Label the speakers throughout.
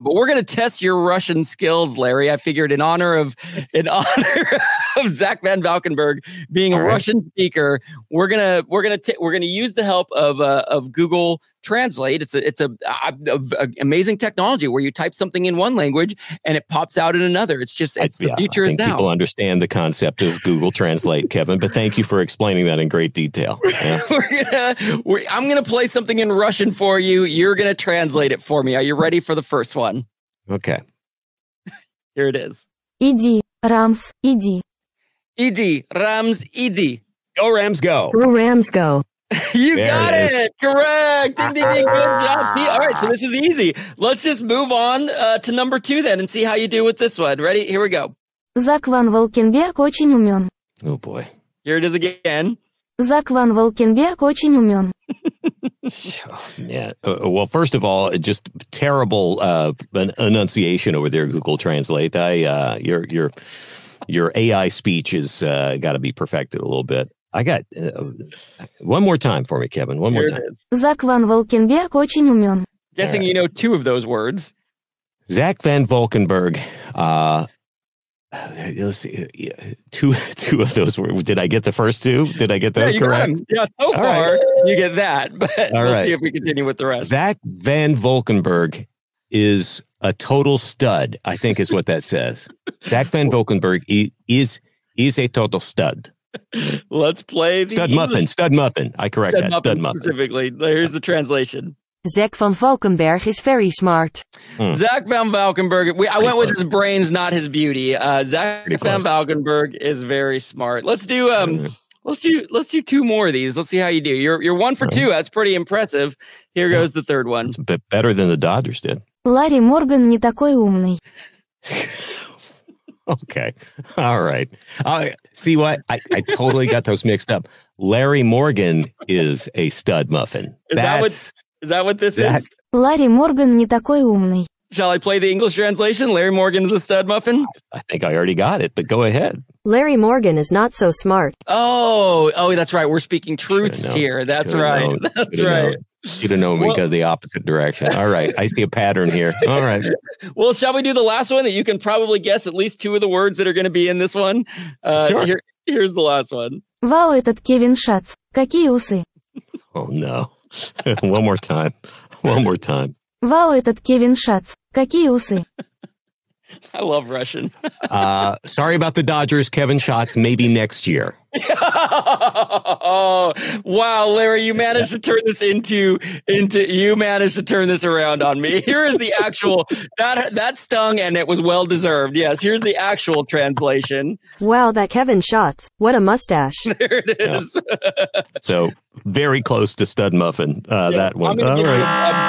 Speaker 1: But we're gonna test your Russian skills, Larry. I figured in honor of in honor of Zach Van Valkenburg being a Russian speaker, we're gonna we're gonna t- we're gonna use the help of uh, of Google Translate. It's a it's a, a, a, a amazing technology where you type something in one language and it pops out in another. It's just it's the
Speaker 2: Yeah,
Speaker 1: future
Speaker 2: I
Speaker 1: is
Speaker 2: think
Speaker 1: now.
Speaker 2: People understand the concept of Google Translate, Kevin, but thank you for explaining that in great detail. Yeah.
Speaker 1: we're gonna we I'm gonna play something in Russian for you. You're gonna translate it for me. Are you ready for the first one?
Speaker 2: Okay.
Speaker 1: Here it is.
Speaker 3: Иди, Рамс, иди.
Speaker 1: Idi Rams Idi.
Speaker 2: Go Rams, go.
Speaker 3: Go Rams go.
Speaker 1: You
Speaker 2: There
Speaker 1: got
Speaker 2: it
Speaker 1: it, correct. Ding, ding, ding. Good job. See, all right, so this is easy. Let's just move on uh, to number two then and see how you do with this one. Ready? Here we go.
Speaker 3: Зак Ван Волкенберг очень умен.
Speaker 2: Oh boy.
Speaker 1: Here it is again.
Speaker 3: Зак Ван Волкенберг очень умен.
Speaker 2: Yeah. Uh, well, first of all, just terrible uh, an- enunciation over there, Google Translate. I uh, your your your AI speech is uh, got to be perfected a little bit. I got uh, one more time for me, Kevin. One
Speaker 1: Here
Speaker 2: more
Speaker 1: it
Speaker 2: time.
Speaker 1: is.
Speaker 3: Зак Ван Волкенберг очень умен.
Speaker 1: Guessing
Speaker 2: All right.
Speaker 1: you know two of those words.
Speaker 2: Zach Van Valkenburg. Uh, let's see, yeah, two two of those were. Did I get the first two? Did I get
Speaker 1: yeah,
Speaker 2: those
Speaker 1: you got
Speaker 2: correct?
Speaker 1: him. Yeah, so
Speaker 2: All
Speaker 1: far
Speaker 2: right.
Speaker 1: you get that, but let's
Speaker 2: All right.
Speaker 1: see if we continue with the rest.
Speaker 2: Zach Van Valkenburg is a total stud. I think is what that says. Zach Van Valkenburg i- is is a total stud.
Speaker 1: Let's play the
Speaker 2: Stud
Speaker 1: English-
Speaker 2: muffin. Stud muffin. I correct
Speaker 1: Stud
Speaker 2: that.
Speaker 1: muffin
Speaker 2: Stud muffin.
Speaker 1: specifically. Here's the translation.
Speaker 4: Zack van Valkenberg is very smart.
Speaker 2: Hmm.
Speaker 1: Zach Van Valkenburg. We, I
Speaker 2: Pretty
Speaker 1: went with
Speaker 2: close.
Speaker 1: his brains, not his beauty. Uh, Zach
Speaker 2: Pretty
Speaker 1: Van
Speaker 2: close.
Speaker 1: Valkenburg is very smart. Let's do um, let's do let's do two more of these. Let's see how you do. You're you're one for
Speaker 2: All right.
Speaker 1: two. That's pretty impressive. Here
Speaker 2: Oh. Yeah.
Speaker 1: goes the third one.
Speaker 2: it's a bit better than the Dodgers did.
Speaker 3: Ларри Морган не такой умный.
Speaker 2: Okay. All right. I see what I, I totally got those mixed up. Larry Morgan is a stud muffin.
Speaker 1: Is that what- Is that what this
Speaker 2: That's-
Speaker 1: is?
Speaker 3: Ларри Морган не такой умный.
Speaker 1: Shall I play the English translation? Larry Morgan is a stud muffin.
Speaker 2: I think I already got it, but go ahead.
Speaker 4: Larry Morgan is not so smart.
Speaker 1: Oh, oh, that's right. We're speaking truths
Speaker 2: known.
Speaker 1: here. That's
Speaker 2: Should've
Speaker 1: right.
Speaker 2: known.
Speaker 1: That's
Speaker 2: Should've
Speaker 1: right.
Speaker 2: known. Should have known
Speaker 1: Well-
Speaker 2: we go the opposite direction. All right. I see a pattern here. All right.
Speaker 1: Well, shall we do the last one that you can probably guess at least two of the words that are going to be in this one? Uh,
Speaker 2: Sure.
Speaker 1: here, here's the last one.
Speaker 3: Вау, этот Кевин Шац. Какие усы.
Speaker 2: Oh no. One more time. One more time.
Speaker 3: Вау, этот Кевин Шац. Какие усы.
Speaker 1: I love Russian.
Speaker 2: Uh, sorry about the Dodgers, Kevin Shots. Maybe next year.
Speaker 1: oh, wow, Larry, you managed to turn this into into you managed to turn this around on me. Here is the actual that that stung and it was well deserved. Yes, here's the actual translation.
Speaker 4: Wow, that Kevin Schatz. What a mustache.
Speaker 1: There it
Speaker 2: Yeah. uh,
Speaker 1: is.
Speaker 2: So very close to stud muffin. Uh, that
Speaker 1: I'm
Speaker 2: one.
Speaker 1: gonna
Speaker 2: All
Speaker 1: give you
Speaker 2: right.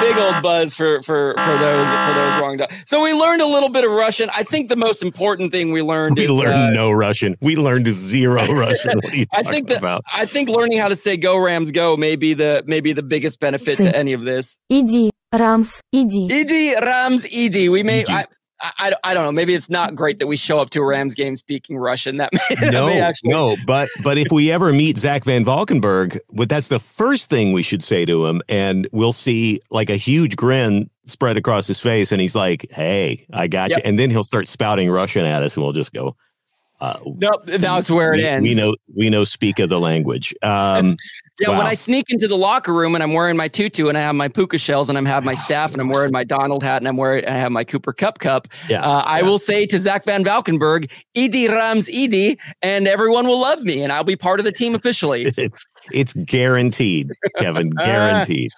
Speaker 1: a big old buzz for for for those for those wrong. do- So we learned a little bit of Russian. I think the most important thing we learned
Speaker 2: We
Speaker 1: is
Speaker 2: learned
Speaker 1: uh,
Speaker 2: no Russian. We learned zero Russian. What are you
Speaker 1: I
Speaker 2: talking
Speaker 1: think that-
Speaker 2: about?
Speaker 1: I think learning how to say "Go Rams, go" may be the may be the biggest benefit
Speaker 3: See.
Speaker 1: to any of this.
Speaker 3: Иди, Рамс, иди.
Speaker 1: Ed Rams Ed. We may. I, I, I don't- I don't know. Maybe it's not great that we show up to a Rams game speaking Russian. That may, that may
Speaker 2: No,
Speaker 1: actually.
Speaker 2: no, but but if we ever meet Zach Van Valkenburg, well, that's the first thing we should say to him, and we'll see like a huge grin spread across his face, and he's like, "Hey, I got
Speaker 1: Yep.
Speaker 2: you," and then he'll start spouting Russian at us, and we'll just go, uh,
Speaker 1: Nope, that's where it
Speaker 2: we,
Speaker 1: ends.
Speaker 2: We know, we know, speak of the language. Um,
Speaker 1: yeah, when
Speaker 2: wow.
Speaker 1: I sneak into the locker room and I'm wearing my tutu and I have my puka shells and I have my staff and I'm wearing my Donald hat and I'm wearing I have my Cooper Cup cup.
Speaker 2: Yeah,
Speaker 1: uh, I
Speaker 2: yeah.
Speaker 1: will say to Zach Van Valkenburg, Ed Rams Ed, and everyone will love me and I'll be part of the team officially.
Speaker 2: it's it's guaranteed, Kevin, guaranteed.